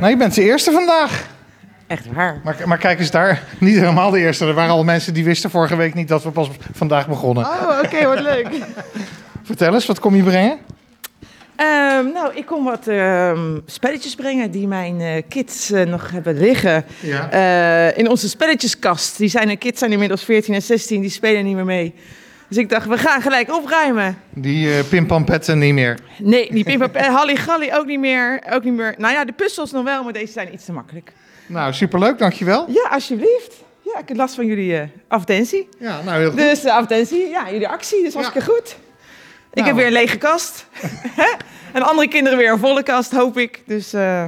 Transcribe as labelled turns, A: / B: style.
A: Nou, je bent de eerste vandaag.
B: Echt waar.
A: Maar, maar kijk eens daar, niet helemaal de eerste. Er waren al mensen die wisten vorige week niet dat we pas vandaag begonnen.
B: Oh, oké, wat leuk.
A: Vertel eens, wat kom je brengen?
B: Ehm, nou, ik kom wat ehm, spelletjes brengen die mijn eh, kids eh, nog hebben liggen.
A: Ja.
B: Eh, in onze spelletjeskast. Die zijn, de kids zijn inmiddels 14 en 16, die spelen niet meer mee. Dus ik dacht, we gaan gelijk opruimen.
A: Die eh, pimpampetten niet meer.
B: Nee, die pimpap en halligalli ook niet meer. Ook niet meer. Nou ja, de puzzels nog wel, maar deze zijn iets te makkelijk.
A: Nou, superleuk, dankjewel.
B: Ja, alsjeblieft. Ja, ik heb last van jullie eh advertentie.
A: Ja, nou heel goed.
B: Dus de advertentie, ja, jullie actie, dus hartstikke goed. Ik
A: Nou.
B: heb weer een lege kast. Hè? en andere kinderen weer een volle kast, hoop ik. Dus eh,